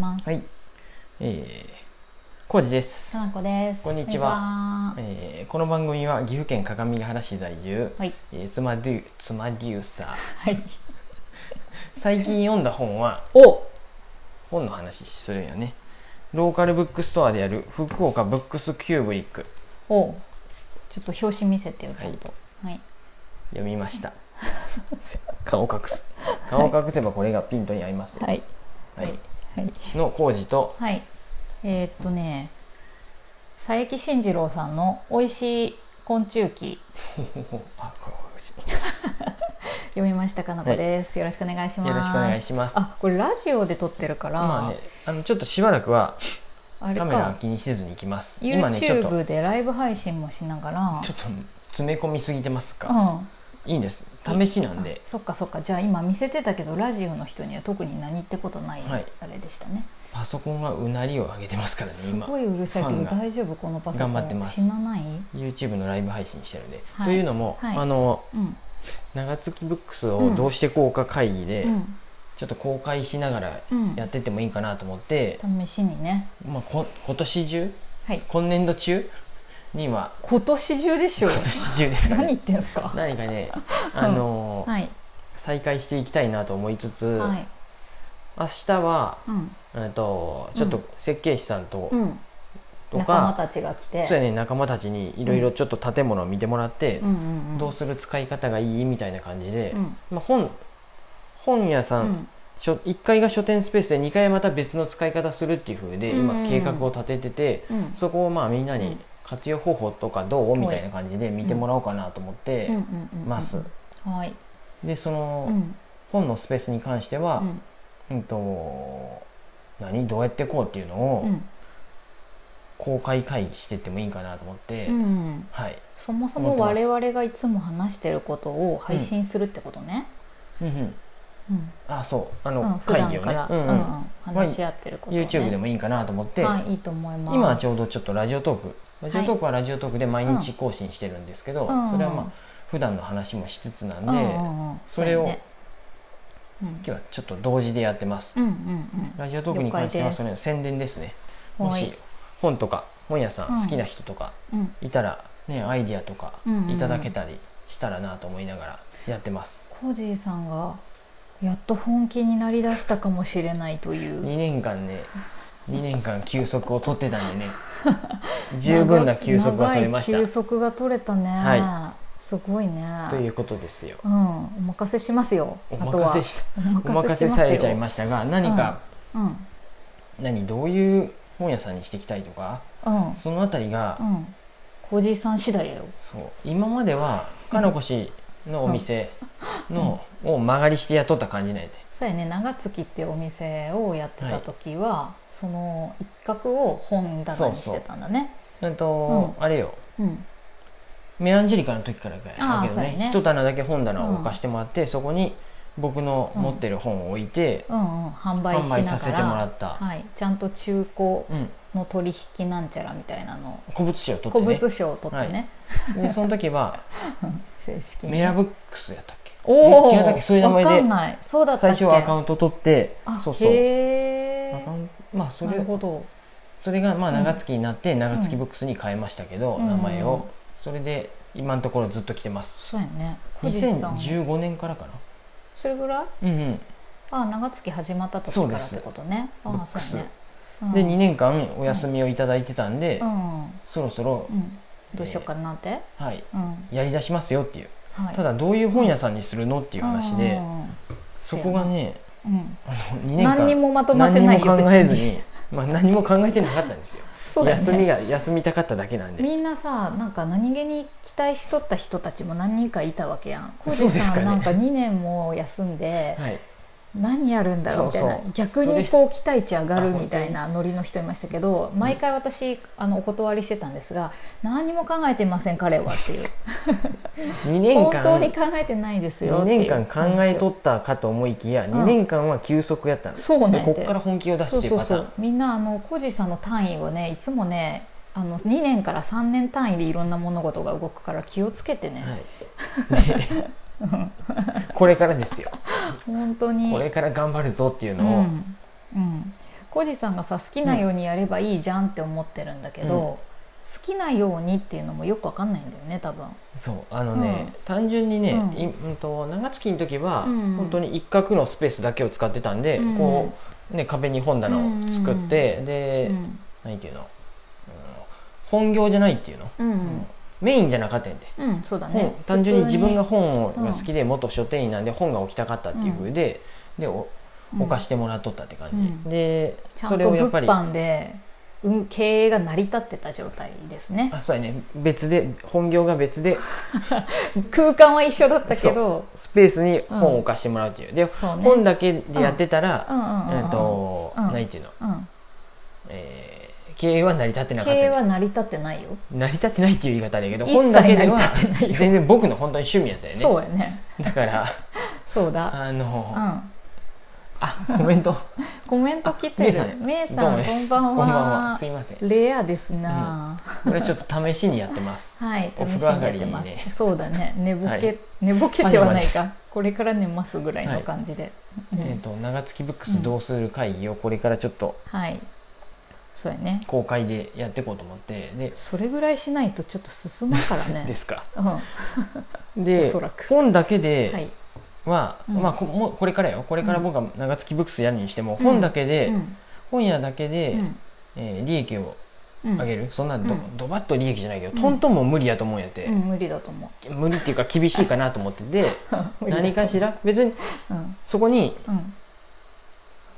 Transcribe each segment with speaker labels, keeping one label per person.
Speaker 1: ます。
Speaker 2: はい。えー、コージです
Speaker 1: さ。なこです。
Speaker 2: こんにちは
Speaker 1: こんに
Speaker 2: えー、この番組は岐阜県各務原市在住、
Speaker 1: ちは。はい。
Speaker 2: えー、妻デュ妻デューサー。
Speaker 1: はい。
Speaker 2: 最近読んだ本は、
Speaker 1: お。
Speaker 2: 本の話するんよね。ローカルブックストアである福岡ブックスキューブリック
Speaker 1: お。ちょっと表紙見せてよ、ちゃんと。はい。
Speaker 2: 読みました。顔隠す。顔隠せばこれがピントに合いますよ。
Speaker 1: はい。
Speaker 2: はい。
Speaker 1: はい。
Speaker 2: のコージと、
Speaker 1: はい。えーっとね。佐伯慎二郎さんの美味しい昆虫記。
Speaker 2: あこれ美味しい
Speaker 1: 読みましたかなこです、よろしくお願いします。
Speaker 2: よろしくお願いします。
Speaker 1: あ、これラジオで撮ってるから。
Speaker 2: まあね、あのちょっとしばらくは
Speaker 1: あれ
Speaker 2: カメラは
Speaker 1: か。
Speaker 2: 気にせずに行きます。今ねちょっと
Speaker 1: YouTube でライブ配信もしながら。
Speaker 2: ちょっと詰め込みすぎてますか。
Speaker 1: うん。
Speaker 2: いいんです。試しなんで
Speaker 1: あ。そっかそっかじゃあ今見せてたけどラジオの人には特に何ってことない、
Speaker 2: はい
Speaker 1: あれでしたね
Speaker 2: パソコンはうなりを上げてますからね。
Speaker 1: す
Speaker 2: 今
Speaker 1: ごいうるさいけ
Speaker 2: ファ
Speaker 1: ど
Speaker 2: ンが
Speaker 1: 大丈夫このパソコン
Speaker 2: 頑張ってます
Speaker 1: 死なない
Speaker 2: YouTube のライブ配信してるんで。
Speaker 1: はい
Speaker 2: というのも、
Speaker 1: はい
Speaker 2: あの
Speaker 1: うん、
Speaker 2: 長月ブックスをどうしてこうか会議で、
Speaker 1: うん
Speaker 2: ちょっと公開しながら
Speaker 1: うん
Speaker 2: やってってもいいかなと思って、
Speaker 1: 試しにね
Speaker 2: まあこ今年中、
Speaker 1: はい
Speaker 2: 今年度中には
Speaker 1: 今年中でしょ
Speaker 2: 今年中ですか
Speaker 1: 何
Speaker 2: ね。
Speaker 1: 言ってんす か
Speaker 2: 何かね、あの
Speaker 1: はい
Speaker 2: 再開していきたいなと思いつつ、
Speaker 1: はい
Speaker 2: 明日は
Speaker 1: うん、
Speaker 2: えっとちょっ
Speaker 1: う
Speaker 2: と
Speaker 1: ん
Speaker 2: 設計士さんと,、
Speaker 1: うん、
Speaker 2: と
Speaker 1: 仲間
Speaker 2: か
Speaker 1: たちが来て
Speaker 2: そうやね仲間たちにいろいろちょっと建物を見てもらって
Speaker 1: う、んうんうん、
Speaker 2: どうする使い方がいいみたいな感じで、
Speaker 1: うん
Speaker 2: まあ、本本屋さ、
Speaker 1: うんん
Speaker 2: 書1階が書店スペースで2階はまた別の使い方するっていう風で
Speaker 1: うんう
Speaker 2: 今
Speaker 1: ん
Speaker 2: 計画を立ててて、
Speaker 1: うん
Speaker 2: そこをまあみんな
Speaker 1: う
Speaker 2: に
Speaker 1: ん
Speaker 2: 活用方法とかどうみたいな感じで見てもらおうかなと思って
Speaker 1: うんうんうんうん
Speaker 2: ます。
Speaker 1: はい、
Speaker 2: でそうの
Speaker 1: ん
Speaker 2: 本のスペースに関して
Speaker 1: う
Speaker 2: は、
Speaker 1: ん
Speaker 2: うんと何どうやってこうっていうのを、
Speaker 1: うん
Speaker 2: 公開会議してってもいいかなと思って、
Speaker 1: うん、
Speaker 2: はい、
Speaker 1: そもそ
Speaker 2: 思
Speaker 1: も
Speaker 2: ってます
Speaker 1: 我々がいつも話してることを配信するってことね、
Speaker 2: うんうん、
Speaker 1: うん、
Speaker 2: あそうあの、
Speaker 1: うん、普
Speaker 2: 会
Speaker 1: 段
Speaker 2: 議を
Speaker 1: か
Speaker 2: ね
Speaker 1: ら、、
Speaker 2: う
Speaker 1: うんん
Speaker 2: う
Speaker 1: うんん話し合ってること、ね
Speaker 2: YouTube でもいいかなと思って、
Speaker 1: はい、いいと思います
Speaker 2: 今はちょうどちょっとラジオトークラジオトークはラジオトークで毎日更新してるんですけど、
Speaker 1: うん
Speaker 2: それはまあ普段の話もしつつなん
Speaker 1: う
Speaker 2: で、
Speaker 1: んうん
Speaker 2: 今
Speaker 1: うんうん
Speaker 2: それ
Speaker 1: う
Speaker 2: を
Speaker 1: やねうん
Speaker 2: 日はちょっと同時でやってます、
Speaker 1: うんうん
Speaker 2: ラジオトークに関しては
Speaker 1: 了解です
Speaker 2: それの宣伝ですね
Speaker 1: うん
Speaker 2: もし本とか本屋さ
Speaker 1: うんん
Speaker 2: 好きな人とか
Speaker 1: うん
Speaker 2: いたら、ね、アイディアとか
Speaker 1: うんうんうん
Speaker 2: いただけたりしたらなと思いながらやってます、
Speaker 1: コージーさんがやっと本気になりだしたかもしれないという
Speaker 2: 2年間ね2年間休息を取ってた んでね十分な休息が取れまし
Speaker 1: 長い休
Speaker 2: た
Speaker 1: 息が取れたね、
Speaker 2: は
Speaker 1: すごいね
Speaker 2: ということですよ
Speaker 1: うん、お任せしますよ
Speaker 2: お
Speaker 1: あとは
Speaker 2: 任せし
Speaker 1: お
Speaker 2: お任
Speaker 1: 任せ
Speaker 2: せ
Speaker 1: しますよ
Speaker 2: されちゃいましたが何か、
Speaker 1: うん
Speaker 2: 何どういう本屋さんにしていきたいとか
Speaker 1: うん
Speaker 2: そのあたりが、
Speaker 1: うんコージーさん次第だよ
Speaker 2: そう今まではかのこしのお店の、を間借りして雇った感じなんやで
Speaker 1: そうやね長月っていうお店をやってた時は、その一角を本棚にしてたんだね
Speaker 2: うんと、あれよ
Speaker 1: うん
Speaker 2: メランジェリカの時からやけど
Speaker 1: あーそう
Speaker 2: ね
Speaker 1: やね
Speaker 2: 一棚だけ本棚を置かしてもらって、そこに僕の持ってる本を置いて、
Speaker 1: うんうん販売し
Speaker 2: 販
Speaker 1: ながら
Speaker 2: 売させてもらった、
Speaker 1: はい、ちゃんと中古
Speaker 2: うん、
Speaker 1: の取引なんちゃらみたいなの
Speaker 2: 古物賞を取って
Speaker 1: 古
Speaker 2: ね
Speaker 1: 物賞を取ってね、
Speaker 2: でその 時は
Speaker 1: 正式に
Speaker 2: メラブックスやったっけ
Speaker 1: おお
Speaker 2: え違ったっけそういう名前で
Speaker 1: わかんないそうだったっ
Speaker 2: 最
Speaker 1: け
Speaker 2: 初はアカ
Speaker 1: ン
Speaker 2: ウント取って
Speaker 1: あ
Speaker 2: そうそう
Speaker 1: へ
Speaker 2: ア
Speaker 1: え
Speaker 2: カウントまあそ
Speaker 1: な
Speaker 2: れ
Speaker 1: るほど
Speaker 2: それがまあ
Speaker 1: うん
Speaker 2: 長月になって長月ブックスに変えましたけど、
Speaker 1: うん
Speaker 2: 名前
Speaker 1: うん
Speaker 2: をそれで今のところずっと来てます
Speaker 1: そうやね小路さん
Speaker 2: 2015年からか
Speaker 1: それぐらい
Speaker 2: なうんうん
Speaker 1: ああ長月始まった時
Speaker 2: そう
Speaker 1: か
Speaker 2: で
Speaker 1: らっ
Speaker 2: す
Speaker 1: てことねああそうやね、うん
Speaker 2: で2年間お休みをいただいてたんで、
Speaker 1: うん
Speaker 2: そろそろ
Speaker 1: う、ん、どうしようかなって、
Speaker 2: はい
Speaker 1: うん
Speaker 2: やりだしますよっていう
Speaker 1: はい、
Speaker 2: た
Speaker 1: っ
Speaker 2: だどういう本屋さんにするのって
Speaker 1: て
Speaker 2: いう話でそこが、ね
Speaker 1: うん
Speaker 2: あの2年間
Speaker 1: 何にもまとまってない
Speaker 2: 何にも考えず
Speaker 1: 別
Speaker 2: に、 まあ、何も考えてなかったんですよ
Speaker 1: そうだね
Speaker 2: 休みが休みたかっただけなんで
Speaker 1: みんなさなんか何気に期待しとった人たちも何人かいたわけやん浩
Speaker 2: そう
Speaker 1: 二
Speaker 2: です
Speaker 1: さ
Speaker 2: か
Speaker 1: ん、
Speaker 2: ね
Speaker 1: なんか2年も休んで
Speaker 2: はい
Speaker 1: 何やるんだろうみたいな
Speaker 2: そうそう
Speaker 1: 逆
Speaker 2: それ
Speaker 1: にこう期待値上がるみたいなノリの人いましたけど毎回私あのお断りしてたんですが何も考えてません彼はっていう
Speaker 2: 2年
Speaker 1: 本
Speaker 2: 間
Speaker 1: 当に考えてないですよ
Speaker 2: 2
Speaker 1: っていう
Speaker 2: 年間考えとったかと思いきや
Speaker 1: ん
Speaker 2: 2年間は休息やったの、
Speaker 1: そうなん
Speaker 2: で
Speaker 1: やて
Speaker 2: こっから本気を出すっていうパターン
Speaker 1: みんなあのコージーさんの単位をねいつもねあの2年から3年単位でいろんな物事が動くから気をつけてね、
Speaker 2: はい でこれからですよ
Speaker 1: 本当に
Speaker 2: これから頑張るぞっていう
Speaker 1: う
Speaker 2: のを、
Speaker 1: ん、うん、コジさんがさ好きなようにやればいいじゃんって思ってるんだけど、
Speaker 2: うん
Speaker 1: 好きなようにっていうのもよくわかんないんだよね多分。
Speaker 2: そうあのね、単純にね、
Speaker 1: うん
Speaker 2: いうんと長月の時は、
Speaker 1: うん
Speaker 2: 本当に一角のスペースだけを使ってたんで、
Speaker 1: うん
Speaker 2: こうね壁に本棚を作って、で、
Speaker 1: うん
Speaker 2: 何ていうの、うん本業じゃないっていうの、
Speaker 1: うん
Speaker 2: うんメインじゃなかったんで、
Speaker 1: うん、そうだ
Speaker 2: 本
Speaker 1: ね。
Speaker 2: 単純に
Speaker 1: 普
Speaker 2: 自
Speaker 1: 通
Speaker 2: 分が本を
Speaker 1: うん
Speaker 2: が好きで元書店員なんで本が置きたかったっていうふうで、でお
Speaker 1: うん
Speaker 2: 置かしてもらっとったって感じ、
Speaker 1: うん
Speaker 2: で
Speaker 1: ちゃん
Speaker 2: それ
Speaker 1: と
Speaker 2: をや
Speaker 1: 物
Speaker 2: っぱり
Speaker 1: 販でうん経営が成り立ってた状態ですね
Speaker 2: あそうやね別で本業が別で
Speaker 1: 空間は一緒だったけど
Speaker 2: スペースに本を置かしてもらうっていう、で
Speaker 1: そうね
Speaker 2: 本だけでやってたら、
Speaker 1: うんうんうんうん
Speaker 2: えっと、
Speaker 1: うん
Speaker 2: 何ていうの、
Speaker 1: うん
Speaker 2: えー経営は成り立ってなか
Speaker 1: 経
Speaker 2: った
Speaker 1: 営
Speaker 2: ね、
Speaker 1: は成り立ってないよ
Speaker 2: 成り立ってないっていう言い方だけど
Speaker 1: 一切
Speaker 2: 本だけでは
Speaker 1: 成り立ってないよ
Speaker 2: 全然僕の本当に趣味やったよね
Speaker 1: そうやね
Speaker 2: だから
Speaker 1: そうだ
Speaker 2: あ
Speaker 1: う
Speaker 2: の
Speaker 1: ん
Speaker 2: あコメント
Speaker 1: コメント来て
Speaker 2: メイ
Speaker 1: る
Speaker 2: さん
Speaker 1: メイ
Speaker 2: どう
Speaker 1: さん
Speaker 2: もです
Speaker 1: こんばん
Speaker 2: こんばんは
Speaker 1: は
Speaker 2: すいません
Speaker 1: レアですな
Speaker 2: これちょっと試しにやってます
Speaker 1: はい
Speaker 2: お
Speaker 1: 楽
Speaker 2: 風
Speaker 1: し
Speaker 2: 呂上
Speaker 1: ん
Speaker 2: が
Speaker 1: で
Speaker 2: り
Speaker 1: て
Speaker 2: に
Speaker 1: ます
Speaker 2: ね
Speaker 1: そうだね寝ぼ
Speaker 2: はい
Speaker 1: け寝ぼけてはない
Speaker 2: パジャマ
Speaker 1: かこれから寝ますぐらいの感じでうん
Speaker 2: えー、と長月ブックスどうする会議をこれからちょっと
Speaker 1: はいそうやね
Speaker 2: 公開でやっていこうと思ってで
Speaker 1: それぐらいしないとちょっと進まんからね
Speaker 2: ですか
Speaker 1: うんは
Speaker 2: で
Speaker 1: おそらく
Speaker 2: 本だけ
Speaker 1: い
Speaker 2: では、
Speaker 1: うん
Speaker 2: まあ、こもうこれからよこれから僕は長月ブックスやるにしても、
Speaker 1: うん
Speaker 2: 本だけで、
Speaker 1: うん
Speaker 2: 本屋だけで、
Speaker 1: うん
Speaker 2: えー利益を
Speaker 1: うん
Speaker 2: 上げる、そんなど,、
Speaker 1: うん
Speaker 2: ドバッと利益じゃないけど、
Speaker 1: うん
Speaker 2: トントンも無理やと思うんやって
Speaker 1: うん、無理だと思う
Speaker 2: 無理っていうか厳しいかなと思ってて
Speaker 1: 無理だと思う
Speaker 2: 何かしら別に
Speaker 1: うん
Speaker 2: そこに
Speaker 1: うん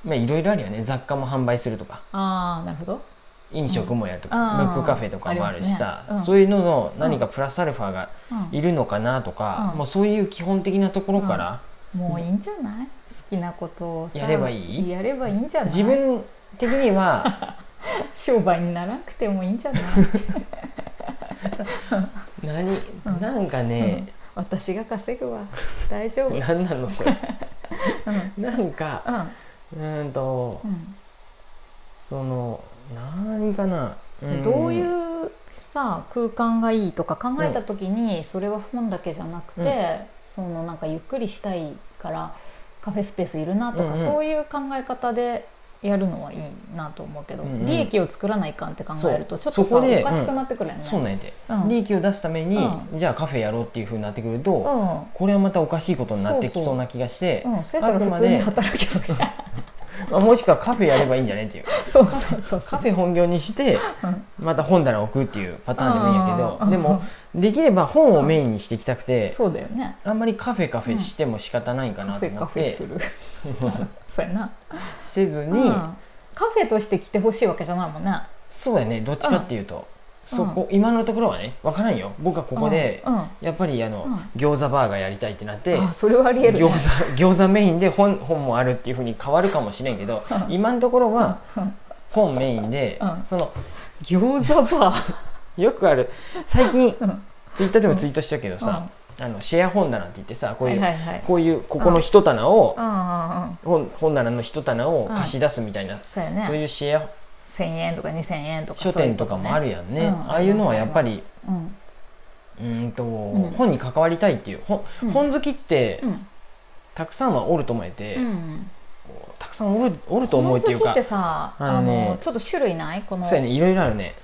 Speaker 2: まあいろいろあるよね雑貨も販売するとか
Speaker 1: ああなるほど
Speaker 2: 飲食もやる
Speaker 1: う
Speaker 2: と
Speaker 1: ん
Speaker 2: か、
Speaker 1: あー
Speaker 2: ブックカフェとかもあるしさ
Speaker 1: ありますねうん
Speaker 2: そういうのの何かプラスアルファが
Speaker 1: うん
Speaker 2: いるのかなとか、
Speaker 1: うん
Speaker 2: もうそういう基本的なところから、
Speaker 1: もういいんじゃない好きなことをさ
Speaker 2: やればいい
Speaker 1: やればいいんじゃない
Speaker 2: 自分的には
Speaker 1: 商売にならなくてもいいんじゃない
Speaker 2: 何
Speaker 1: ん
Speaker 2: なんかね、
Speaker 1: 私が稼ぐわ大丈夫うん
Speaker 2: 何なのそれ
Speaker 1: うん
Speaker 2: なんかうーんとその何かな
Speaker 1: で
Speaker 2: ん
Speaker 1: どういうさ空間がいいとか考えた時にそれは本だけじゃなくて、
Speaker 2: うん
Speaker 1: そのなんかゆっくりしたいからカフェスペースいるなとか、
Speaker 2: うんうん
Speaker 1: そういう考え方でやるのはいいなと思うけど、
Speaker 2: うんうん
Speaker 1: 利益を作らないかんって考えるとちょっと
Speaker 2: そ
Speaker 1: さ
Speaker 2: こ
Speaker 1: お
Speaker 2: で
Speaker 1: かしくなってくるよね。
Speaker 2: そうなんやで、
Speaker 1: うん
Speaker 2: 利益を出すために、
Speaker 1: う
Speaker 2: じゃあカフェやろうっていうふうになってくると、
Speaker 1: うん
Speaker 2: これはまたおかしいことになってきそうな気がして
Speaker 1: うん、そうやったら普通に働けばいい
Speaker 2: まあもしくはカフェやればいいんじゃねっていう
Speaker 1: そうそうそうそ
Speaker 2: カ
Speaker 1: う
Speaker 2: フェ本業にして
Speaker 1: うん
Speaker 2: また本棚を置くっていうパターンでもいいんやけ
Speaker 1: うん
Speaker 2: どでもできれば本をメインにしていきたくて、
Speaker 1: そうだよね
Speaker 2: あんまりカフェカフェしても仕方ない
Speaker 1: カ
Speaker 2: かな
Speaker 1: フ
Speaker 2: と
Speaker 1: ェ
Speaker 2: 思
Speaker 1: カ
Speaker 2: っ
Speaker 1: フェ
Speaker 2: て、
Speaker 1: する そうやな、
Speaker 2: せずに、
Speaker 1: うんカフェとして来てほしいわけじゃないもんね
Speaker 2: そうやねどっちかっていうと、
Speaker 1: うん
Speaker 2: そこ今のところはね分からんよ僕はここで、
Speaker 1: うんうん
Speaker 2: やっぱりあの、
Speaker 1: うん
Speaker 2: 餃子バーがやりたいってなって
Speaker 1: あそれはありえる、ね、
Speaker 2: 餃子餃子メインで本本もあるっていうふうに変わるかもしれんけど
Speaker 1: うん
Speaker 2: 今のところは
Speaker 1: うん
Speaker 2: 本メインで、
Speaker 1: うん
Speaker 2: その
Speaker 1: 餃子バー、
Speaker 2: よくある最近
Speaker 1: うん、
Speaker 2: ツイッターでもツイートしたけどさ、あのシェア本棚って言ってさこういう、
Speaker 1: はいはいはい
Speaker 2: こういうここの一棚を
Speaker 1: う、んうんうん
Speaker 2: 本本棚の一棚を貸し出すみたいな、
Speaker 1: そうや
Speaker 2: そう
Speaker 1: ね
Speaker 2: いうシェア
Speaker 1: 1000円とか2000円とか
Speaker 2: 書店とかもある
Speaker 1: よ
Speaker 2: やんねああいうのはやっぱり
Speaker 1: うん
Speaker 2: うーんと、
Speaker 1: ん
Speaker 2: 本に関わりたいっていう本,、
Speaker 1: うん
Speaker 2: 本好きって、
Speaker 1: うん
Speaker 2: たくさんはおると思えて、
Speaker 1: うん
Speaker 2: たくさんおるおると思
Speaker 1: 本
Speaker 2: うってい
Speaker 1: 好き
Speaker 2: う
Speaker 1: っ
Speaker 2: か
Speaker 1: てさ
Speaker 2: あ
Speaker 1: あの、
Speaker 2: のね
Speaker 1: ちょっと種類ないこの
Speaker 2: そうやねいろいろあるね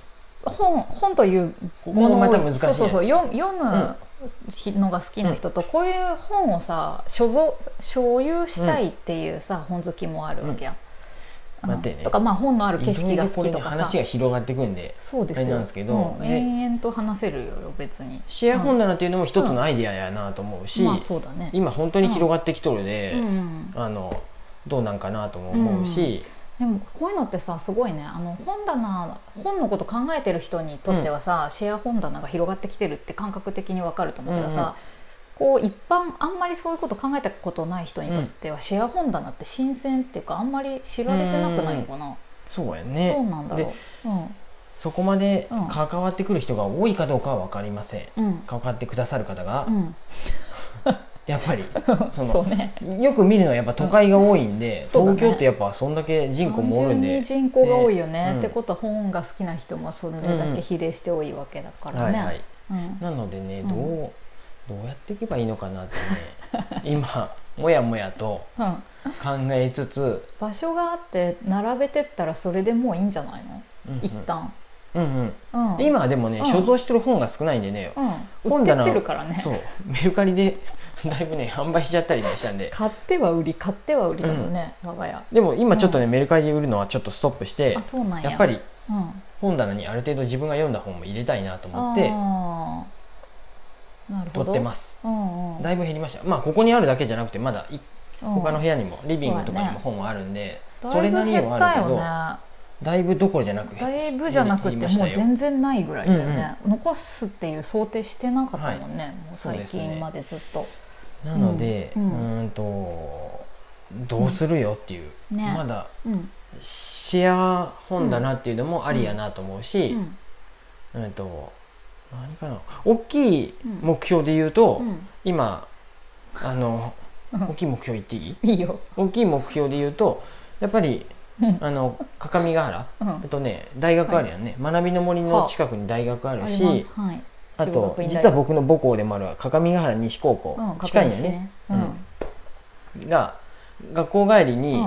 Speaker 1: 本本という
Speaker 2: ここがまた難しい
Speaker 1: そう
Speaker 2: ね
Speaker 1: そうそう読読むひのが好きな人と、こういう本をさ所蔵所有したいっていうさ、本好きもあるわけや、
Speaker 2: うん待ってね
Speaker 1: とかまあ本のある景色が好きと
Speaker 2: いろい
Speaker 1: か
Speaker 2: ろこれね
Speaker 1: さ
Speaker 2: 話が広がってくんで
Speaker 1: そうです
Speaker 2: あれな
Speaker 1: よ
Speaker 2: んですけど
Speaker 1: うん
Speaker 2: で
Speaker 1: 延々と話せるよ別に
Speaker 2: シェア本棚っていうのも一つのアイディアやなと思うし、
Speaker 1: まあそうだね
Speaker 2: 今本当に広がってきとるで、
Speaker 1: うん、
Speaker 2: あのどうなんかなとも思うし、
Speaker 1: でもこういうのってさすごいねあの本棚本のこと考えてる人にとってはさ、シェア本棚が広がってきてるって感覚的にわかると思うけどさ、こう一般あんまりそういうこと考えたことない人にとっては、シェア本棚って新鮮っていうかあんまり知られてなくないのかな、
Speaker 2: そうや
Speaker 1: どう
Speaker 2: ね
Speaker 1: なんだろう、
Speaker 2: そこまで
Speaker 1: うん
Speaker 2: 関わってくる人が多いかどうかは分かりません
Speaker 1: うんうん
Speaker 2: 関わってくださる方が、
Speaker 1: うん、
Speaker 2: やっぱり
Speaker 1: そ
Speaker 2: その
Speaker 1: うね
Speaker 2: よく見るのはやっぱ都会が多いんで、
Speaker 1: ん そうだね
Speaker 2: 東京ってやっぱそんだけ人口も多い
Speaker 1: 単
Speaker 2: ん
Speaker 1: 純
Speaker 2: で
Speaker 1: に人口が多いよね
Speaker 2: ね、うん
Speaker 1: ってことは本が好きな人もそれだけ比例して多いわけだから
Speaker 2: はい
Speaker 1: ね、
Speaker 2: はい、
Speaker 1: うん
Speaker 2: なのでね
Speaker 1: うん
Speaker 2: どう、どうやっていけばいいのかなってね今もやもやと
Speaker 1: うん、
Speaker 2: 考えつつ、
Speaker 1: 場所があって並べてったらそれでもういいんじゃないの、
Speaker 2: うんうん
Speaker 1: 一旦、
Speaker 2: うん
Speaker 1: うん、
Speaker 2: うん、今でもね、
Speaker 1: うん
Speaker 2: 所蔵してる本が少ないんでね、
Speaker 1: うん、売
Speaker 2: 本
Speaker 1: って
Speaker 2: 棚
Speaker 1: ってるからね
Speaker 2: そうメルカリでだいぶね販売しちゃったりもしたんで
Speaker 1: 買っては売り買っては売りだもんね、我が家
Speaker 2: でも今ちょっとね、メルカリで売るのはちょっとストップして
Speaker 1: あそうなんや
Speaker 2: やっぱ
Speaker 1: り、
Speaker 2: り
Speaker 1: うん、
Speaker 2: 本棚にある程度自分が読んだ本も入れたいなと思って
Speaker 1: あーなるほ
Speaker 2: 撮
Speaker 1: ど、
Speaker 2: ってますす
Speaker 1: うんうん、
Speaker 2: だいぶ減りましたまあここにあるだけじゃなくてまだい他の部
Speaker 1: 屋
Speaker 2: 屋にもリビングとかにも
Speaker 1: そ
Speaker 2: 本はあるんでそ
Speaker 1: だ
Speaker 2: れ
Speaker 1: い
Speaker 2: な
Speaker 1: ぶ
Speaker 2: りに
Speaker 1: 減
Speaker 2: は
Speaker 1: った
Speaker 2: あるけ
Speaker 1: よ
Speaker 2: ど
Speaker 1: ね
Speaker 2: だいぶどころじゃなく
Speaker 1: だいぶじゃなくて
Speaker 2: 減
Speaker 1: も
Speaker 2: りま
Speaker 1: う
Speaker 2: したよ
Speaker 1: 全然ないぐらいだよね、残すっていう想定してなかったもんね、もう最
Speaker 2: そうですね
Speaker 1: 近までずっと
Speaker 2: なので、う
Speaker 1: うんうん
Speaker 2: ーんとどうするよっていう、
Speaker 1: うんね
Speaker 2: まだ
Speaker 1: うん
Speaker 2: シェア本だなっていうのもありやなと思う
Speaker 1: う
Speaker 2: し、
Speaker 1: ん
Speaker 2: うんと何かな大きい目標で言うと、
Speaker 1: う
Speaker 2: 今あの
Speaker 1: うん
Speaker 2: 大きい目標言っていい
Speaker 1: んいいよ、
Speaker 2: 大きい目標で言うとやっぱり
Speaker 1: うん
Speaker 2: あの各務原
Speaker 1: うん
Speaker 2: えっとね大学あるやんね、学びの森の近くに大学ある
Speaker 1: あ
Speaker 2: し、
Speaker 1: りますはい
Speaker 2: あ
Speaker 1: 中
Speaker 2: と
Speaker 1: 学院大
Speaker 2: 実
Speaker 1: 学
Speaker 2: は僕の母校でもある各務原西高校、
Speaker 1: うん、
Speaker 2: 近い
Speaker 1: 確
Speaker 2: ん
Speaker 1: 認
Speaker 2: や
Speaker 1: し
Speaker 2: ね
Speaker 1: ねうん
Speaker 2: が学校帰りに、
Speaker 1: うん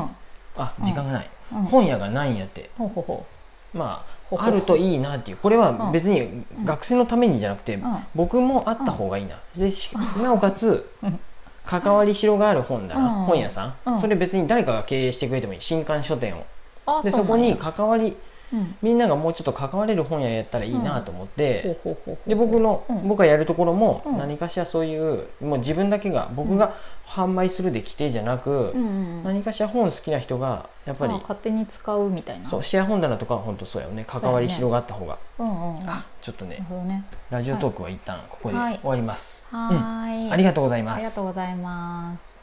Speaker 2: あ
Speaker 1: うん
Speaker 2: 時間がない、
Speaker 1: うん
Speaker 2: 本屋がないんやって
Speaker 1: ほうほうほ
Speaker 2: ま
Speaker 1: ほ
Speaker 2: あ
Speaker 1: ほ
Speaker 2: あるといいなっていうこれは
Speaker 1: うん
Speaker 2: 別に学生のためにじゃなくて、
Speaker 1: ううん
Speaker 2: 僕もあった方がいいな、でしなおかつ
Speaker 1: うん
Speaker 2: 関わりしろがある本棚、
Speaker 1: うん
Speaker 2: 本屋さん、
Speaker 1: うん
Speaker 2: それ別に誰かが経営してくれてもいい新刊書店を
Speaker 1: あ
Speaker 2: で
Speaker 1: う
Speaker 2: そ
Speaker 1: な
Speaker 2: こ
Speaker 1: んや
Speaker 2: に関わり
Speaker 1: うん
Speaker 2: みんながもうちょっと関われる本屋やったらいいなと思って、
Speaker 1: ほうほうほうほう
Speaker 2: で僕の、
Speaker 1: うん
Speaker 2: 僕がやるところも
Speaker 1: うん
Speaker 2: 何かしらそういうもう自分だけが僕が販売するで規定じゃなく、
Speaker 1: うんうんうん
Speaker 2: 何かしら本好きな人がやっぱり、
Speaker 1: まあ勝手に使うみたいな
Speaker 2: そうシェア本棚とかは本当そうやよね
Speaker 1: そうやね
Speaker 2: 関わり広がった方が、
Speaker 1: うんうんうんな
Speaker 2: あちょっと
Speaker 1: る
Speaker 2: ね
Speaker 1: ほどね
Speaker 2: ラジオトークは一旦ここで
Speaker 1: はい
Speaker 2: 終わります、
Speaker 1: はーい
Speaker 2: ありがとうござい
Speaker 1: あ
Speaker 2: ま
Speaker 1: りが
Speaker 2: す
Speaker 1: とうございます